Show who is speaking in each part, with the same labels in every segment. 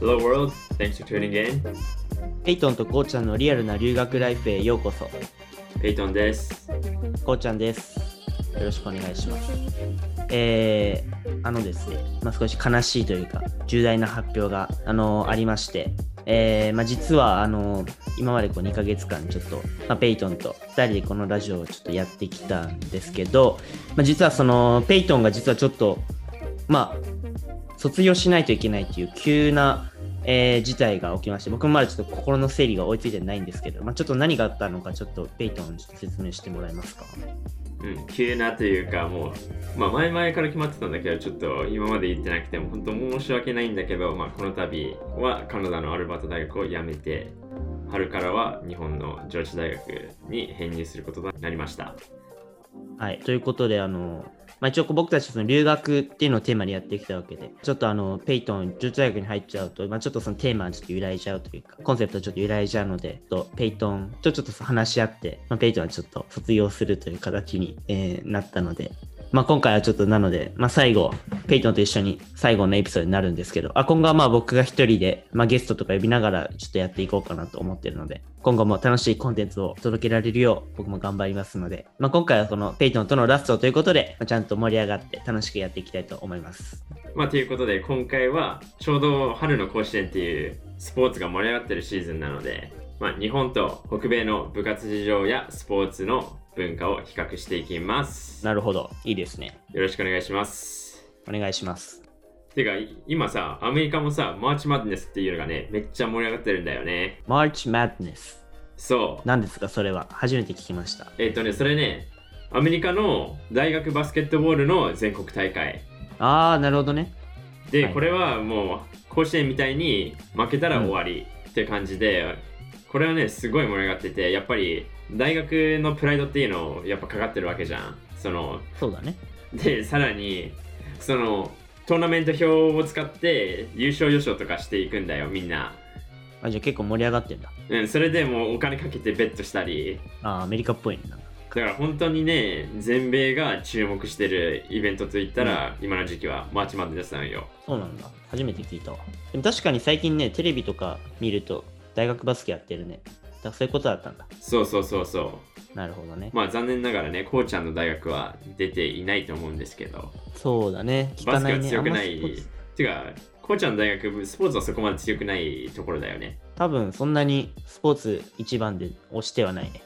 Speaker 1: Hello world, thanks for tuning in.
Speaker 2: ペイトンとこうちゃんのリアルな留学ライフへようこそ。
Speaker 1: ペイトンです。
Speaker 2: こうちゃんです。よろしくお願いします。えー、あのですね、まあ、少し悲しいというか、重大な発表が、あのありまして、えーまあ、実は、あの今までこう2ヶ月間、ちょっと、まあ、ペイトンと2人でこのラジオをちょっとやってきたんですけど、まあ、実はその、ペイトンが実はちょっと、まあ、卒業しないといけないという急な、えー事態が起きまして、僕もまだちょっと心の整理が追いついてないんですけど、まあ、ちょっと何があったのか、ちょっとペイトンに説明してもらえますか。
Speaker 1: うん、急なというか、もう、まあ、前々から決まってたんだけど、ちょっと今まで言ってなくても、本当申し訳ないんだけど、まあ、この度はカナダのアルバート大学を辞めて、春からは日本の上智大学に編入することになりました。
Speaker 2: はい、ということで、あのまあ、一応こう僕たちその留学っていうのをテーマにやってきたわけで、ちょっとあのペイトン、上智大学に入っちゃうと、まあ、ちょっとそのテーマはちょっと揺らいじゃうというか、コンセプトちょっと揺らいじゃうので、ちょっとペイトンとちょっと話し合って、まあ、ペイトンはちょっと卒業するという形に、えーなったので、まあ、今回はちょっとなので、まあ、最後、ペイトンと一緒に最後のエピソードになるんですけど、あ今後はまあ僕が一人で、まあ、ゲストとか呼びながらちょっとやっていこうかなと思ってるので、今後も楽しいコンテンツを届けられるよう僕も頑張りますので、まあ、今回はこのペイトンとのラストということで、まあちゃんと盛り上がって楽しくやっていきたいと思います。
Speaker 1: まあ、ということで、今回はちょうど春の甲子園っていうスポーツが盛り上がってるシーズンなので、まあ、日本と北米の部活事情やスポーツの文化を比較していきます。
Speaker 2: なるほど、いいですね。
Speaker 1: よろしくお願いします。
Speaker 2: お願いします。
Speaker 1: てか、い今さ、アメリカもさ、マーチマッドネスっていうのがね、めっちゃ盛り上がってるんだよね。
Speaker 2: March Madness。
Speaker 1: そう。
Speaker 2: 何ですか、それは。初めて聞きました。
Speaker 1: えっ、とね、それね、アメリカの大学バスケットボールの全国大会。
Speaker 2: あー、なるほどね。
Speaker 1: で、
Speaker 2: はい
Speaker 1: これはもう、甲子園みたいに負けたら終わりって感じで、これはね、すごい盛り上がってて、やっぱり大学のプライドっていうのをやっぱかかってるわけじゃん。その、
Speaker 2: そうだね。
Speaker 1: でさらにそのトーナメント表を使って優勝予想とかしていくんだよみんな、
Speaker 2: あじゃあ結構盛り上がってんだ。
Speaker 1: うん、それでもうお金かけてベットしたり
Speaker 2: あーアメリカっぽいねなんか
Speaker 1: だから本当にね全米が注目してるイベントといったら、今の時期はマーチマンデーさんよ
Speaker 2: そうなんだ。初めて聞いたわ。でも確かに最近ね、テレビとか見ると、大学バスケやってるね。だからそういうことだったんだ。
Speaker 1: そうそうそうそ
Speaker 2: なるほどね
Speaker 1: う。まあ残念ながらねこうちゃんの大学は出ていないと思うんですけど
Speaker 2: そうだね。聞
Speaker 1: バ
Speaker 2: か
Speaker 1: ス
Speaker 2: な
Speaker 1: ケ
Speaker 2: い
Speaker 1: は
Speaker 2: ね。
Speaker 1: 強くな
Speaker 2: あ
Speaker 1: い
Speaker 2: んまスポーツ
Speaker 1: てかこうちゃんの大学スポーツはそこまで強くないところだよね
Speaker 2: 多分そんなにスポーツ一番で押してはないね。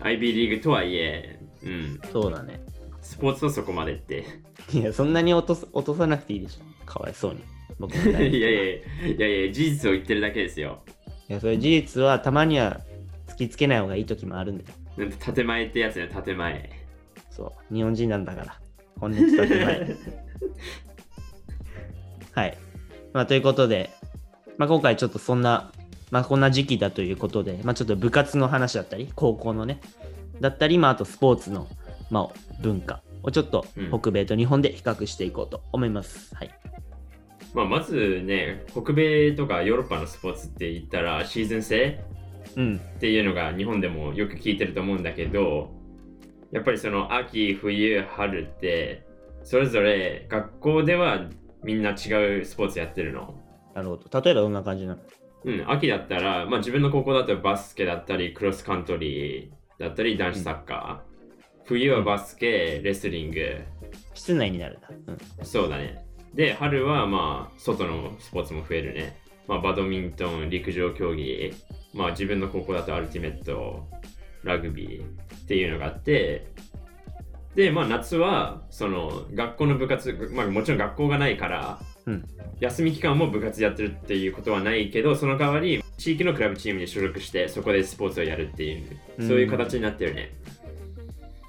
Speaker 1: IB リーグとはいえうん
Speaker 2: そうだね。
Speaker 1: スポーツはそこまでって
Speaker 2: いや、そんなに落とす落とさなくていいでしょ。かわいそうに。僕みたい に
Speaker 1: いやいやいやいやいや事実を言ってるだけですよ。
Speaker 2: いや、それ事実はたまには突きつけない方がいい時もあるんだよ。
Speaker 1: なんて建前ってやつね、建前。
Speaker 2: そう。日本人なんだから。本音伝ってない。はい。まあ、ということで、まあ、今回ちょっとそんな、まあ、こんな時期だということで、まあ、ちょっと部活の話だったり、高校のね、だったり、まあ、あとスポーツの、まあ、文化をちょっと
Speaker 1: うん
Speaker 2: 北米と日本で比較していこうと思います。はい。
Speaker 1: まあ、まずね、北米とかヨーロッパのスポーツって言ったらシーズン制
Speaker 2: うん。
Speaker 1: っていうのが日本でもよく聞いてると思うんだけど、やっぱりその秋、冬、春って、それぞれ学校ではみんな違うスポーツやってるの。
Speaker 2: なるほど。例えばどんな感じなの
Speaker 1: うん、秋だったら、まあ、自分の高校だとバスケだったりクロスカントリーだったり男子サッカー、冬はバスケレスリング
Speaker 2: 室内になるんだ。うん。
Speaker 1: そうだねで春はまあ外のスポーツも増えるね、まあ、バドミントン陸上競技、まあ、自分の高校だとアルティメットラグビーっていうのがあってでまあ夏はその学校の部活、まあ、もちろん学校がないから
Speaker 2: うん。
Speaker 1: 休み期間も部活やってるっていうことはないけどその代わり地域のクラブチームに所属してそこでスポーツをやるっていう
Speaker 2: うん
Speaker 1: そういう形になってるね、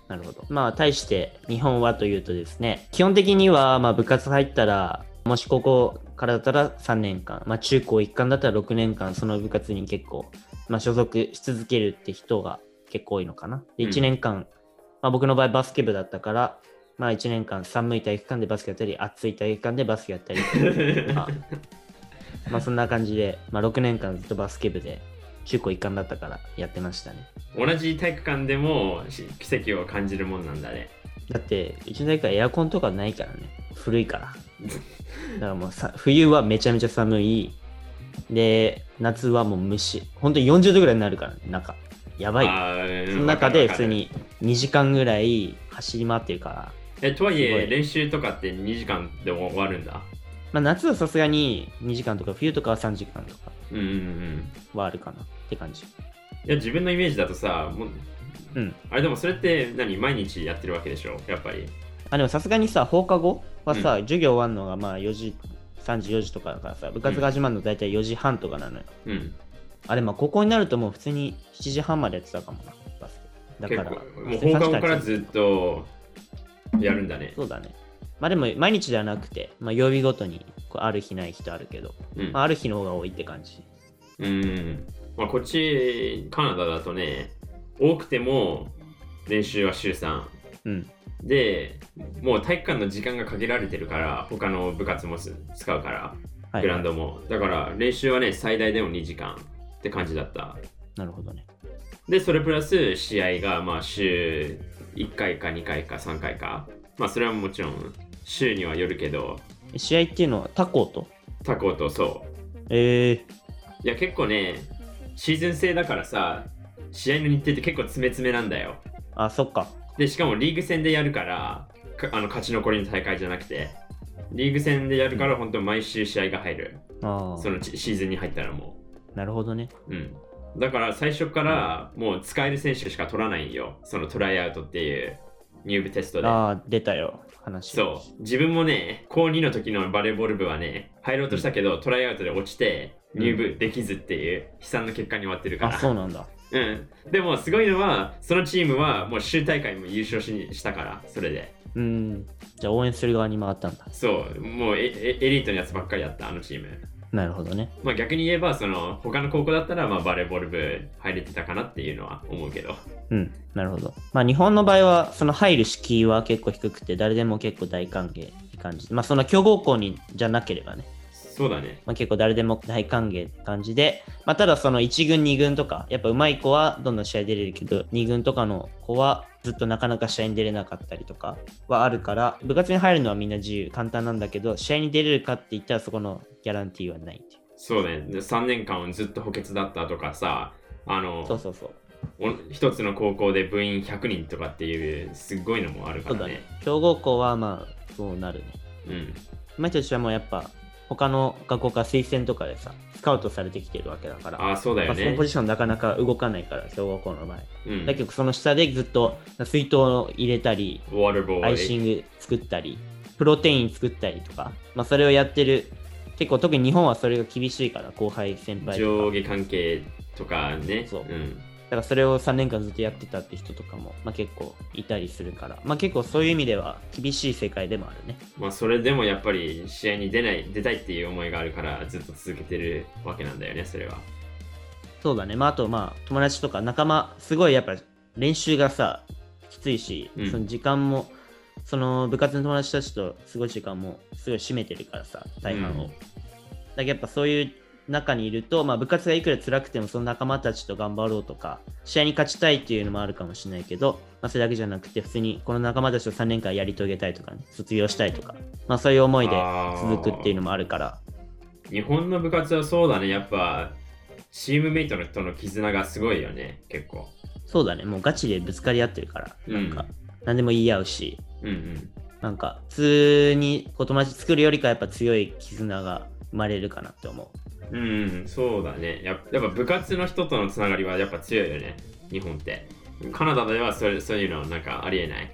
Speaker 2: なるほど。まあ、対して日本はというとですね、基本的にはまあ部活入ったら、もし高校からだったら3年間、まあ、中高一貫だったら6年間、その部活に結構、まあ、所属し続けるって人が結構多いのかな。で、
Speaker 1: うん
Speaker 2: 1年間、まあ、僕の場合バスケ部だったから、まあ、1年間寒い体育館でバスケやったり、暑い体育館でバスケ やったり、まあ、まあそんな感じで、まあ、6年間ずっとバスケ部で中高一貫だったからやってましたね。
Speaker 1: 同じ体育館でもし奇跡を感じるもんなんだね
Speaker 2: だってうちの大会エアコンとかないからね古いからだからもうさ冬はめちゃめちゃ寒いで、夏はもう虫。本当に40度ぐらいになるから、中。やばい。
Speaker 1: い
Speaker 2: その中で普通。に2時間ぐらい走り回ってるから、
Speaker 1: え、とはい
Speaker 2: すご
Speaker 1: え、
Speaker 2: い
Speaker 1: 練習とかって2時間で終わるんだ。
Speaker 2: まあ、夏はさすがに2時間とか冬とかは3時間とか
Speaker 1: うんうんうん。
Speaker 2: はあるかなって感じ。
Speaker 1: いや、自分のイメージだとさ、もう、
Speaker 2: うん。
Speaker 1: あれでもそれって何毎日やってるわけでしょやっぱり。
Speaker 2: あ、でもさすがにさ、放課後はさ、授業終わるのがまあ4時、3時、4時とかだからさ、部活が始まるの大体4時半とかなのよ。
Speaker 1: うん。
Speaker 2: あれ、まあ高校になるともう普通に7時半までやってたかもな、バスケ。
Speaker 1: 結
Speaker 2: だか
Speaker 1: 構
Speaker 2: ら、
Speaker 1: もう放課後から
Speaker 2: っ
Speaker 1: ずっとやるんだね。
Speaker 2: そうだね。まあでも毎日ではなくて、まあ曜日ごとにこうある日ない日とあるけど、
Speaker 1: うん
Speaker 2: まあ、ある日の方が多いって感じ。
Speaker 1: うん。まあ、こっち、カナダだとね、多くても練習は週3。
Speaker 2: うん。
Speaker 1: で、もう体育館の時間が限られてるから、他の部活もす使うから、
Speaker 2: はい。
Speaker 1: グラウンドも。だから練習はね、最大でも2時間って感じだった。
Speaker 2: なるほどね。
Speaker 1: で、それプラス試合がまあ週1回か2回か3回か。まあそれはもちろん週にはよるけど、
Speaker 2: 試合っていうのは他校と
Speaker 1: 他校とそう。
Speaker 2: え
Speaker 1: いや結構ね、シーズン制だからさ、試合の日程って結構詰め詰めなんだよ。
Speaker 2: ー、あ、そっか。
Speaker 1: で、しかもリーグ戦でやるから、かあの勝ち残りの大会じゃなくて、リーグ戦でやるから本当毎週試合が入る。
Speaker 2: あ
Speaker 1: そ
Speaker 2: あ、
Speaker 1: のちシーズンに入ったらも
Speaker 2: なるほどね。
Speaker 1: う。うん。だから最初からもう使える選手しか取らないんよ。そのトライアウトっていう入部テストで。
Speaker 2: ああ、出たよ、話。
Speaker 1: そう。自分もね、高2の時のバレーボール部はね、入ろうとしたけど、トライアウトで落ちて、入部できずっていう悲惨な結果に終わってるか
Speaker 2: あ、
Speaker 1: ら。
Speaker 2: そうなんだ。
Speaker 1: うん。でも、すごいのは、そのチームはもう州大会も優勝ししたから、それで。
Speaker 2: うん。じゃあ、応援する側に回ったんだ。
Speaker 1: そう、もうエエエリートのやつばっかりだった、あのチーム。
Speaker 2: なるほどね。
Speaker 1: まあ逆に言えば、その、他の高校だったら、まあバレーボール部入れてたかなっていうのは思うけど。
Speaker 2: うん、なるほど。まあ、日本の場合は、その入る敷居は結構低くて、誰でも結構大歓迎って感じ。まあ、その強豪校にじゃなければね、
Speaker 1: そうだね。
Speaker 2: まあ、結構誰でも大歓迎って感じで、まあ、ただその1軍、2軍とか、やっぱ上手い子はどんどん試合出れるけど、2軍とかの子はずっとなかなか試合に出れなかったりとかはあるから、部活に入るのはみんな自由、簡単なんだけど、試合に出れるかって言ったらそこのギャランティーはないっていう。
Speaker 1: そうだね。3年間ずっと補欠だったとかさ、あの、
Speaker 2: そうそうそう。
Speaker 1: お一つの高校で部員100人とかっていうすっごいのもあるか
Speaker 2: そう
Speaker 1: ら
Speaker 2: だ
Speaker 1: ね
Speaker 2: ね。強豪校はまあ、そうなるね。
Speaker 1: うん
Speaker 2: 今人たちはもうやっぱ、他の学校から推薦とかでさ、スカウトされてきてるわけだから、
Speaker 1: ああそうだ
Speaker 2: ま
Speaker 1: よ
Speaker 2: あ、その
Speaker 1: ね
Speaker 2: ポジションなかなか動かないから、強豪校の場合。
Speaker 1: うん
Speaker 2: だけど、その下でずっと水筒を入れたり、
Speaker 1: ウォールボーイ
Speaker 2: アイシング作ったり、プロテイン作ったりとか、まあ、それをやってる、結構特に日本はそれが厳しいから、後輩、先輩と
Speaker 1: 上
Speaker 2: か、
Speaker 1: 下関係とかね、
Speaker 2: そうんだからそれを3年間ずっとやってたって人とかも、まあ、結構いたりするから、まあ、結構そういう意味では厳しい世界でもあるね。
Speaker 1: まあそれでもやっぱり試合に出ない出たいっていう思いがあるからずっと続けてるわけなんだよねそれは
Speaker 2: そうだね、まあ、あとまあ友達とか仲間すごいやっぱ練習がさきついし、
Speaker 1: うん
Speaker 2: その時間もその部活の友達たちと過ごす時間もすごい占めてるからさ大半を、
Speaker 1: うん
Speaker 2: だけどやっぱそういう中にいると、まあ、部活がいくら辛くてもその仲間たちと頑張ろうとか試合に勝ちたいっていうのもあるかもしれないけど、まあ、それだけじゃなくて普通にこの仲間たちと3年間やり遂げたいとかね卒業したいとか、まあ、そういう思いで続くっていうのもあるから
Speaker 1: 日本の部活はそうだねやっぱチームメイトのとの絆がすごいよね結構
Speaker 2: そうだねもうガチでぶつかり合ってるからなんか、
Speaker 1: うん
Speaker 2: 何でも言い合うし
Speaker 1: うんうん
Speaker 2: なんか普通にこう友達作るよりかやっぱ強い絆が生まれるかなって思う
Speaker 1: うん、そうだねやっ。やっぱ部活の人とのつながりはやっぱ強いよね、日本って。カナダではそれそういうのなんかありえない。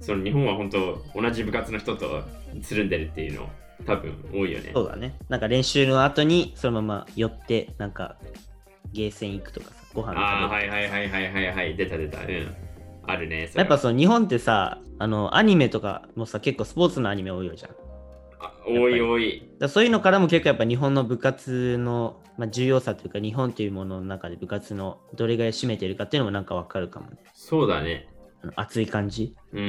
Speaker 1: その日本は本当同じ部活の人とつるんでるっていうの多分多いよね。
Speaker 2: そうだねなんか練習の後にそのまま寄ってなんかゲーセン行くとかさご飯食べる
Speaker 1: ああ、はいはいはいはいはいはい、出た出た。うん。あるね。それ
Speaker 2: やっぱ
Speaker 1: は
Speaker 2: その日本ってさあのアニメとかもさ結構スポーツのアニメ多いよじゃんだか
Speaker 1: あ多い多い。
Speaker 2: らそういうのからも結構やっぱ日本の部活の、まあ、重要さというか日本というものの中で部活のどれぐらい占めてるかっていうのもなんかわかるかもね
Speaker 1: そうだね。
Speaker 2: あの熱い感じ
Speaker 1: うんうんう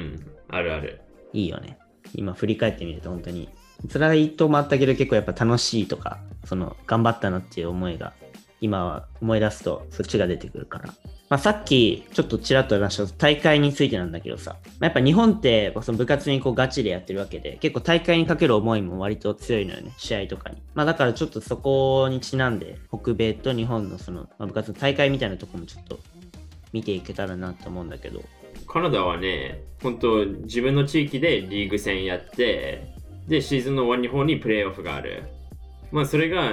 Speaker 1: ん。あるある。
Speaker 2: いいよね。今振り返ってみると本当に辛いともあったけど結構やっぱ楽しいとかその頑張ったなっていう思いが今は思い出すとそっちが出てくるから。まあ、さっきちょっとちらっと話した大会についてなんだけどさ、まあ、やっぱ日本ってその部活にこうガチでやってるわけで結構大会にかける思いも割と強いのよね試合とかに、まあ、だからちょっとそこにちなんで北米と日本のその、まあ、部活の大会みたいなとこもちょっと見ていけたらなと思うんだけど
Speaker 1: カナダはね、本当自分の地域でリーグ戦やって、で、シーズンの終わりの方にプレーオフがある。まあ、それが、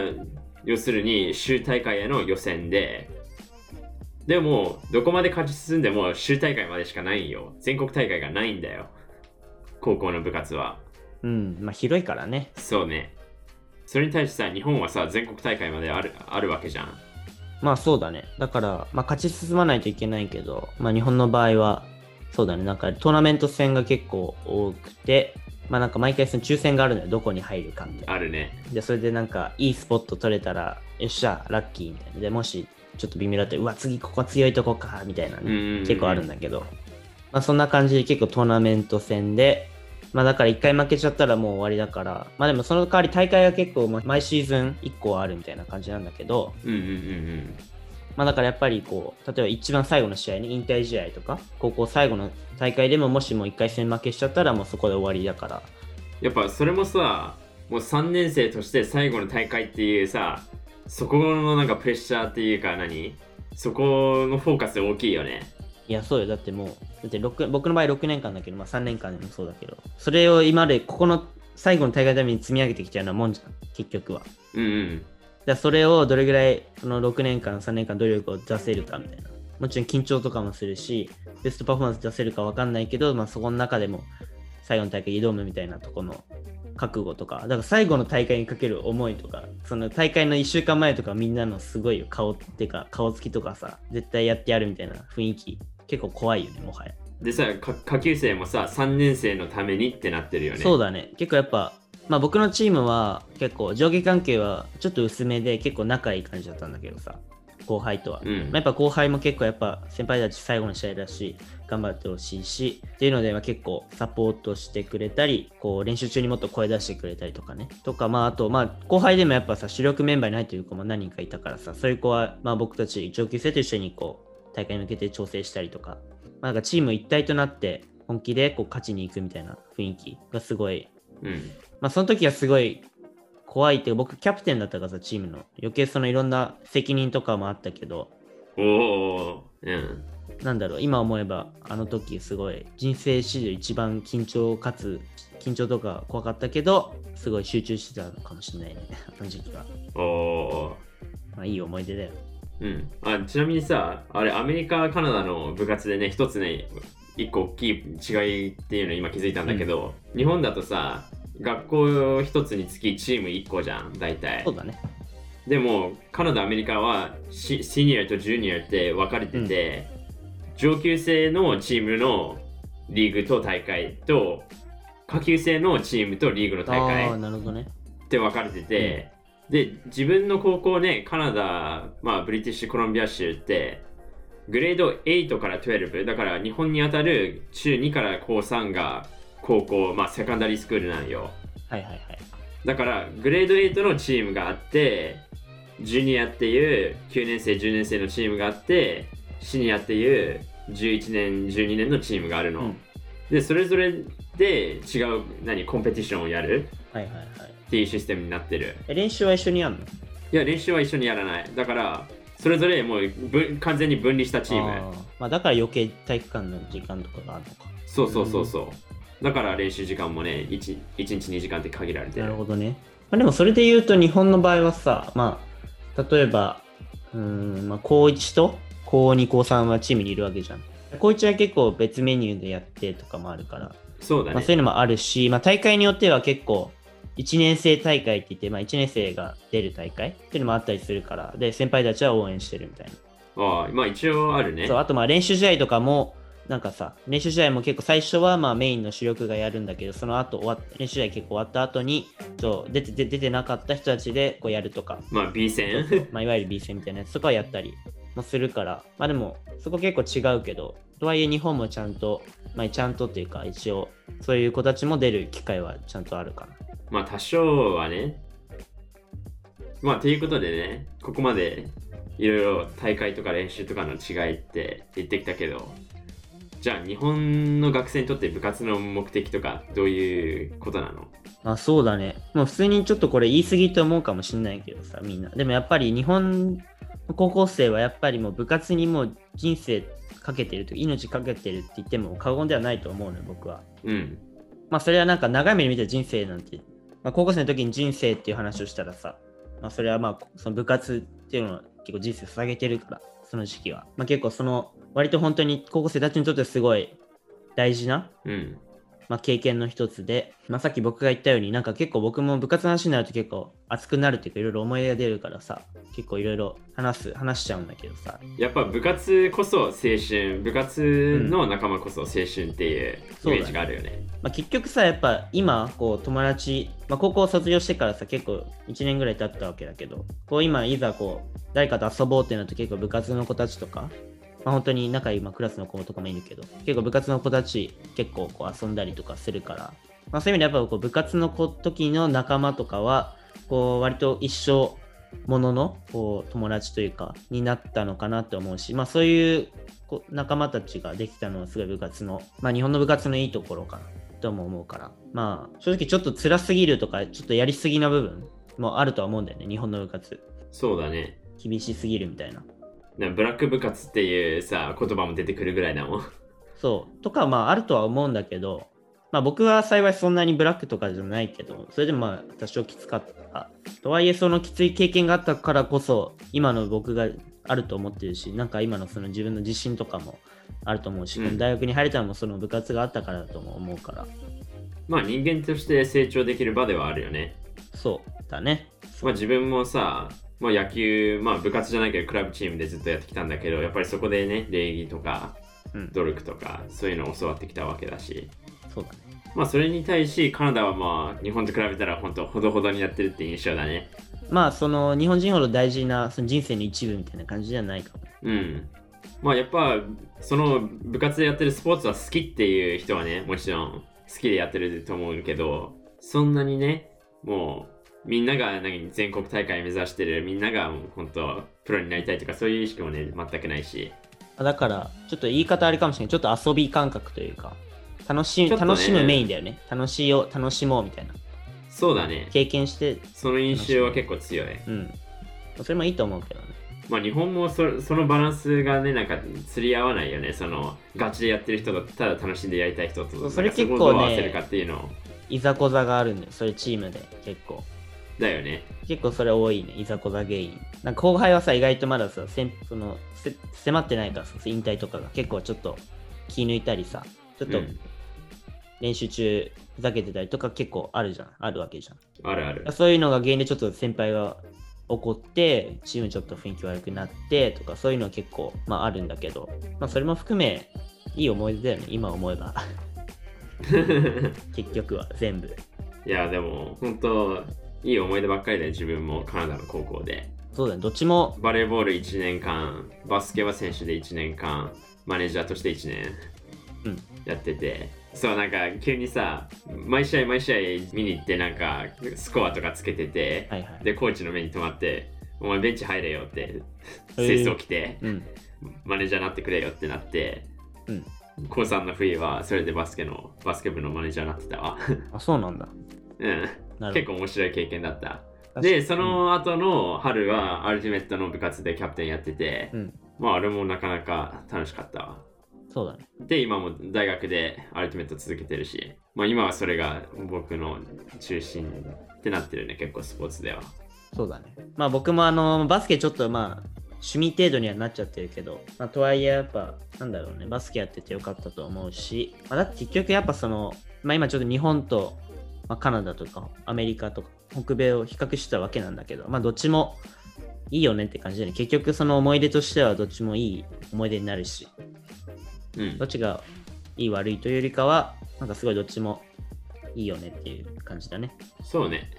Speaker 1: 要するに、州大会への予選で、でも、どこまで勝ち進んでも、州大会までしかないんよ。全国大会がないんだよ。高校の部活は。
Speaker 2: うんまあ広いからね
Speaker 1: そうね。それに対してさ、日本はさ、全国大会まであるあるわけじゃん。
Speaker 2: まあそうだねだから、まあ、勝ち進まないといけないけど、まあ、日本の場合はそうだねなんかトーナメント戦が結構多くてまあなんか毎回その抽選があるのよどこに入るかみたいな
Speaker 1: あるね。
Speaker 2: でそれでなんかいいスポット取れたらよっしゃラッキーみたいなでもしちょっと微妙だったらうわ次ここ強いとこかみたいなね結
Speaker 1: 結
Speaker 2: 構あるんだけど、まあ、そんな感じで結構トーナメント戦でまあだから1回負けちゃったらもう終わりだからまあでもその代わり大会が結構もう毎シーズン1個あるみたいな感じなんだけど
Speaker 1: うんうんうん
Speaker 2: まあだからやっぱりこう例えば一番最後の試合に引退試合とか高校最後の大会でももしも1回戦負けしちゃったらもうそこで終わりだから
Speaker 1: やっぱそれもさもう3年生として最後の大会っていうさそこのなんかプレッシャーっていうか何そこのフォーカス大きいよね
Speaker 2: いや、そうよ。だってもう、だって6僕の場合6年間だけど、まあ3年間でもそうだけど、それを今までここの最後の大会のために積み上げてきたようなもんじゃん、結局は。だか
Speaker 1: うんうん
Speaker 2: らそれをどれぐらい、この6年間、3年間努力を出せるかみたいな。もちろん緊張とかもするし、ベストパフォーマンス出せるか分かんないけど、まあそこの中でも最後の大会挑むみたいなとこの覚悟とか、だから最後の大会にかける思いとか、その大会の1週間前とかみんなのすごいよ顔ってか、顔つきとかさ、絶対やってやるみたいな雰囲気、結構怖いよね、もはや。
Speaker 1: でさか下級生もさ3年生のためにってなってるよね
Speaker 2: そう
Speaker 1: だ
Speaker 2: だね結構やっぱ、まあ、僕のチームは結構上下関係はちょっと薄めで結構仲いい感じだったんだけどさ後輩とは、
Speaker 1: うん
Speaker 2: まあやっぱ後輩も結構やっぱ先輩たち最後の試合だし頑張ってほしいしっていうのでまあ結構サポートしてくれたりこう練習中にもっと声出してくれたりとかねとかまああとまあ後輩でもやっぱさ主力メンバーに入ってる子も何人かいたからさそういう子はまあ僕たち上級生と一緒にこう大会に向けて調整したりとかまあ、なんかチーム一体となって本気でこう勝ちに行くみたいな雰囲気がすごい、
Speaker 1: うん
Speaker 2: まあ、その時はすごい怖いっていうか僕キャプテンだったからさチームの余計そのいろんな責任とかもあったけど
Speaker 1: おおうん
Speaker 2: なんだろう今思えばあの時すごい人生史上一番緊張かつ緊張とか怖かったけどすごい集中してたのかもしれないね あの時期は、
Speaker 1: おお
Speaker 2: まあ、いい思い出だよ
Speaker 1: うんあちなみにさあれアメリカカナダの部活でね一つね一個大きい違いっていうの今気づいたんだけど、日本だとさ学校一つにつきチーム一個じゃん大体
Speaker 2: そうだね
Speaker 1: でもカナダアメリカはシシニアとジュニアって分かれてて、上級生のチームのリーグと大会と下級生のチームとリーグの
Speaker 2: あ
Speaker 1: 大会
Speaker 2: あ
Speaker 1: っ
Speaker 2: なるほどね
Speaker 1: て分かれてて、で自分の高校ねカナダ、まあ、ブリティッシュコロンビア州ってグレード8から12だから日本にあたる中2から高3が高校、まあ、セカンダリースクールなんよ。
Speaker 2: はいはいはい
Speaker 1: だからグレード8のチームがあってジュニアっていう9年生10年生のチームがあってシニアっていう11年12年のチームがあるの、
Speaker 2: うん
Speaker 1: でそれぞれで違う何コンペティションをやる
Speaker 2: はいはいはい
Speaker 1: っていうシステムになってる
Speaker 2: え練習は一緒にやんの
Speaker 1: いや練習は一緒にやらないだからそれぞれもうぶ完全に分離したチー
Speaker 2: あ
Speaker 1: ム
Speaker 2: ーまあ、だから余計体育館の時間とかがあるのか。
Speaker 1: そうそうそうそう、だから練習時間もね 1, 1日2時間って限られて
Speaker 2: な
Speaker 1: る
Speaker 2: るほどね。まあ、でもそれで言うと日本の場合はさ、まあ、例えば、うーん、まあ、高1と高2、高3はチームにいるわけじゃん。高1は結構別メニューでやってとかもあるから、
Speaker 1: そうだ
Speaker 2: まあ、
Speaker 1: ね
Speaker 2: そういうのもあるし、まあ、大会によっては結構1年生大会って言って、まあ、1年生が出る大会っていうのもあったりするから、で、先輩たちは応援してるみたいな。
Speaker 1: ああまあ一応あるね
Speaker 2: そうあとまあ練習試合とかもなんかさ練習試合も結構最初はまあメインの主力がやるんだけどその後終わっ練習試合結構終わった後にそう出て出出てなかった人たちでこうやるとか、
Speaker 1: まあ B 戦
Speaker 2: まあ、いわゆる B 戦みたいなやつとかをやったりもするからまあでもそこ結構違うけどとはいえ日本もちゃんと、まあ、ちゃんとっていうか一応そういう子たちも出る機会はちゃんとあるかな
Speaker 1: まあ多少はね。まあということでね、ここまでいろいろ大会とか練習とかの違いって言ってきたけどじゃあ日本の学生にとって部活の目的とかどういうことなの
Speaker 2: あそうだね。もう普通にちょっとこれ言い過ぎと思うかもしんないけどさ、みんな。でもやっぱり日本の高校生はやっぱりもう部活にもう人生かけてると命かけてるって言っても過言ではないと思うのよ、僕は。
Speaker 1: うん
Speaker 2: まあそれはなんか長い目で見た人生なんて、まあ、高校生の時に人生っていう話をしたらさ、まあそれはまあその部活っていうのは結構人生捧げてるから、その時期は。まあ結構その割と本当に高校生たちにとってすごい大事な
Speaker 1: うん
Speaker 2: まあ、経験の一つで、まあ、さっき僕が言ったようになんか結構僕も部活の話になると結構熱くなるっていうかいろいろ思い出が出るからさ結構いろいろ話す話しちゃうんだけどさ
Speaker 1: やっぱ部活こそ青春部活の仲間こそ青春っていうイメージがあるよね,、
Speaker 2: まあ、結局さやっぱ今こう友達、まあ、高校を卒業してからさ結構1年ぐらい経ったわけだけどこう今いざこう誰かと遊ぼうってなると結構部活の子たちとか、まあ、本当に仲いい、まあ、クラスの子とかもいるけど結構部活の子たち結構こう遊んだりとかするから、まあ、そういう意味でやっぱこう部活の子時の仲間とかはこう割と一生もののこう友達というかになったのかなって思うし、まあ、そういうこう仲間たちができたのはすごい部活の、まあ、日本の部活のいいところかなとも思うからまあ正直ちょっと辛すぎるとかちょっとやりすぎな部分もあるとは思うんだよね日本の部活
Speaker 1: そうだね
Speaker 2: 厳しすぎるみたいな
Speaker 1: なブラック部活っていうさ言葉も出てくるぐらいだもん
Speaker 2: そうとかまああるとは思うんだけどまあ僕は幸いそんなにブラックとかじゃないけどそれでもまあ多少きつかったからとはいえそのきつい経験があったからこそ今の僕があると思ってるしなんか今のその自分の自信とかもあると思うし、
Speaker 1: うん
Speaker 2: この大学に入れたのもその部活があったからだとも思うから
Speaker 1: まあ人間として成長できる場ではあるよね
Speaker 2: そうだね
Speaker 1: まあ自分もさまあ野球まあ部活じゃないけどクラブチームでずっとやってきたんだけどやっぱりそこでね礼儀とか
Speaker 2: うん
Speaker 1: 努力とかそういうのを教わってきたわけだし
Speaker 2: そうだね
Speaker 1: まあそれに対しカナダはまあ日本と比べたら本当ほどほどにやってるって印象だね
Speaker 2: まあその日本人ほど大事なその人生の一部みたいな感じじゃないかも。
Speaker 1: うん。まあやっぱその部活でやってるスポーツは好きっていう人はねもちろん好きでやってると思うけどそんなにねもうみんなが何全国大会目指してるみんながもう本当プロになりたいとかそういう意識もね全くないし
Speaker 2: だからちょっと言い方あれかもしれないちょっと遊び感覚というか楽し,、
Speaker 1: ちょっとね
Speaker 2: 楽しむメインだよね楽しよう楽しもうみたいな
Speaker 1: そうだね
Speaker 2: 経験して
Speaker 1: その印象は結構強い
Speaker 2: うんそれもいいと思うけどね
Speaker 1: まあ日本もそそのバランスがねなんか釣り合わないよねそのガチでやってる人とただ楽しんでやりたい人と
Speaker 2: それ結構ね
Speaker 1: なんかそこをどう合わせるかっていうの
Speaker 2: いざこざがあるんだよそれチームで結構
Speaker 1: だよね
Speaker 2: 結構それ多いねいざこざ原因なんか後輩はさ意外とまださせんそのせ迫ってないからさ引退とかが結構ちょっと気抜いたりさちょっと
Speaker 1: うん
Speaker 2: 練習中ふざけてたりとか結構あるじゃんあるわけじゃん
Speaker 1: あるある
Speaker 2: そういうのが原因でちょっと先輩が怒って、チームちょっと雰囲気悪くなってとか、そういうのは結構、まあ、あるんだけど、まあ、それも含め、いい思い出だよね、今思 えば。結局は全部。
Speaker 1: いやでも本当いい思い出ばっかりで自分もカナダの高校で
Speaker 2: そうだね、どっちも、
Speaker 1: バレーボール1年間バスケは選手で1年間マネージャーとして1年
Speaker 2: うん
Speaker 1: やってて、そうなんか急にさ毎試合毎試合見に行ってなんかスコアとかつけてて、
Speaker 2: はいはい。
Speaker 1: でコーチの目に留まって「お前ベンチ入れよ」って
Speaker 2: へー
Speaker 1: 制服を着て、
Speaker 2: うん。
Speaker 1: マネージャーになってくれよってなって
Speaker 2: うん。
Speaker 1: 高3の冬はそれでバスケのバスケ部のマネージャーになってたわ
Speaker 2: あ、そうなんだ。
Speaker 1: うん
Speaker 2: なる
Speaker 1: 結
Speaker 2: ほ
Speaker 1: 構面白い経験だった
Speaker 2: ど。
Speaker 1: で、その後の春はアルティメットの部活でキャプテンやってて、
Speaker 2: うん、うん。
Speaker 1: まああれもなかなか楽しかったわ。
Speaker 2: そうだね。
Speaker 1: で、今も大学でアルティメット続けてるし、まあ今はそれが僕の中心ってなってるね、結構スポーツでは。
Speaker 2: そうだね。まあ僕もあのバスケちょっとまあ趣味程度にはなっちゃってるけど、まあ、とはいえやっぱなんだろうね、バスケやっててよかったと思うし、まあ、だって結局やっぱその、まあ今ちょっと日本と、まあ、カナダとかアメリカとか北米を比較してたわけなんだけど、まあどっちもいいよねって感じでね、結局その思い出としてはどっちもいい思い出になるし、
Speaker 1: うん
Speaker 2: どっ。ちがいい悪いというよりかは、なんかすごいどっちもいいよねっていう感じだね。
Speaker 1: そうね。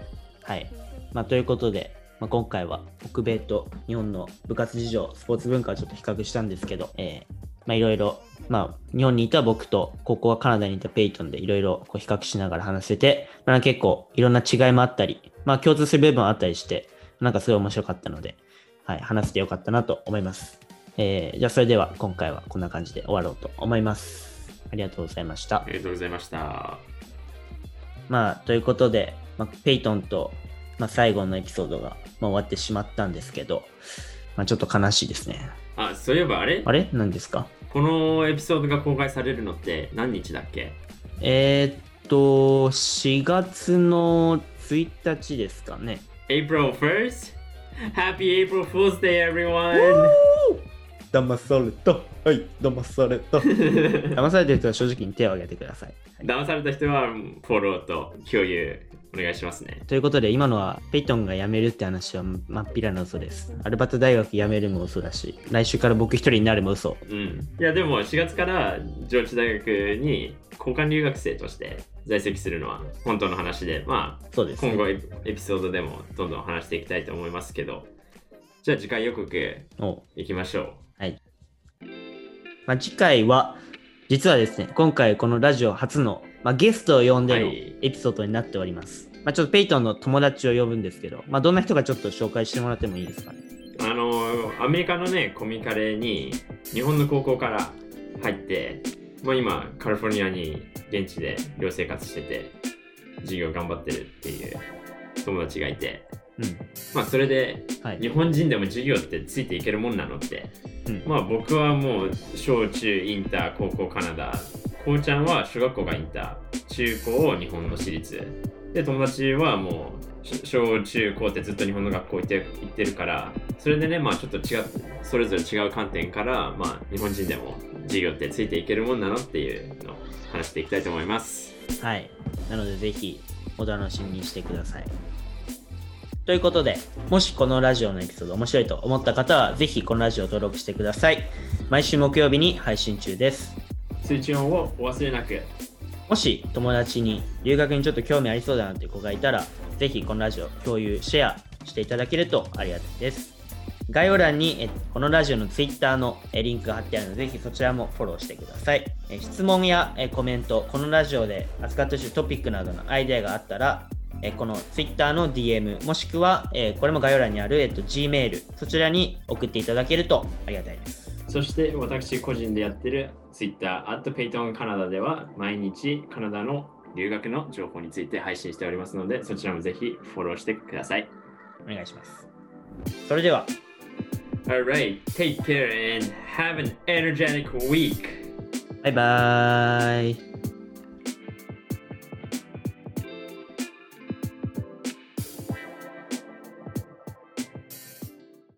Speaker 2: はい。まあ、ということで、まあ、今回は北米と日本の部活事情、スポーツ文化をちょっと比較したんですけど、えーまあいろいろ、まあ、日本にいた僕と、ここはカナダにいたペイトンでいろいろこう比較しながら話せて、まあ、結構いろんな違いもあったり、まあ、共通する部分もあったりして、なんかすごい面白かったので、はい、話してよかったなと思います。えーじゃあそれでは今回はこんな感じで終わろうと思います。ありがとうございました
Speaker 1: あ。りがとうございました。
Speaker 2: まあ、ということで、まあ、ペイトンと、まあ、最後のエピソードが、まあ、終わってしまったんですけど、まあ、ちょっと悲しいですね。
Speaker 1: あ、そういえばあれ
Speaker 2: あれ何ですか
Speaker 1: このエピソードが公開されるのって何日だっけ
Speaker 2: えーっと、4月の1日ですかね。
Speaker 1: ?April 1st? Happy April Fool's Day, everyone!
Speaker 2: 騙された。はい、騙された。 騙されてる人は正直に手を挙げてください。
Speaker 1: 騙された人はフォローと共有お願いしますね。
Speaker 2: ということで、今のはペイトンが辞めるって話は真っ平な嘘です。アルバト大学辞めるも嘘だし、来週から僕一人になるも嘘。
Speaker 1: うん。いや、でも4月から上智大学に交換留学生として在籍するのは本当の話で、まあ、
Speaker 2: そうです、
Speaker 1: 今
Speaker 2: ね。
Speaker 1: 後エピソードでもどんどん話していきたいと思いますけど、じゃあ次回予告
Speaker 2: お
Speaker 1: いきましょ
Speaker 2: まあ、次回は、実はですね、今回このラジオ初の、まあ、ゲストを呼んでの
Speaker 1: はい
Speaker 2: エピソードになっております。まあ、ちょっとペイトンの友達を呼ぶんですけど、まあ、どんな人かちょっと紹介してもらってもいいですかね。
Speaker 1: う。あの、アメリカのね、コミカレに日本の高校から入って、もう今、カリフォルニアに現地で寮生活してて、授業頑張ってるっていう友達がいて、
Speaker 2: うん。
Speaker 1: まあ、それで
Speaker 2: はい。
Speaker 1: 日本人でも授業ってついていけるもんなのって
Speaker 2: うん
Speaker 1: まあ僕はもう小中インター高校カナダこうちゃんは小学校がインター中高を日本の私立で友達はもうし小中高ってずっと日本の学校行って行ってるからそれでねまあちょっと違うそれぞれ違う観点からまあ日本人でも授業ってついていけるもんなのっていうのを話していきたいと思います
Speaker 2: はい。なので、ぜひお楽しみにしてください。ということで、もしこのラジオのエピソード面白いと思った方は、ぜひこのラジオを登録してください。毎週木曜日に配信中です。
Speaker 1: 水中音をお忘れなく
Speaker 2: もし友達に留学にちょっと興味ありそうだなっていう子がいたら、ぜひこのラジオ共有、シェアしていただけるとありがたいです。概要欄にえこのラジオの Twitter のえリンクが貼ってあるので、ぜひそちらもフォローしてください。え質問やえコメント、このラジオで扱ってほしいトピックなどのアイデアがあったら、えこの Twitter の DM、もしくは、えこれも概要欄にある、えっと、Gmail、そちらに送っていただけるとありがたいです。
Speaker 1: そして私個人でやってる Twitter、at Payton カナダでは毎日カナダの留学の情報について配信しておりますのでそちらもぜひフォローしてください。
Speaker 2: お願いします。それでは、
Speaker 1: Alright, take care and have an energetic week!
Speaker 2: バイバーイ。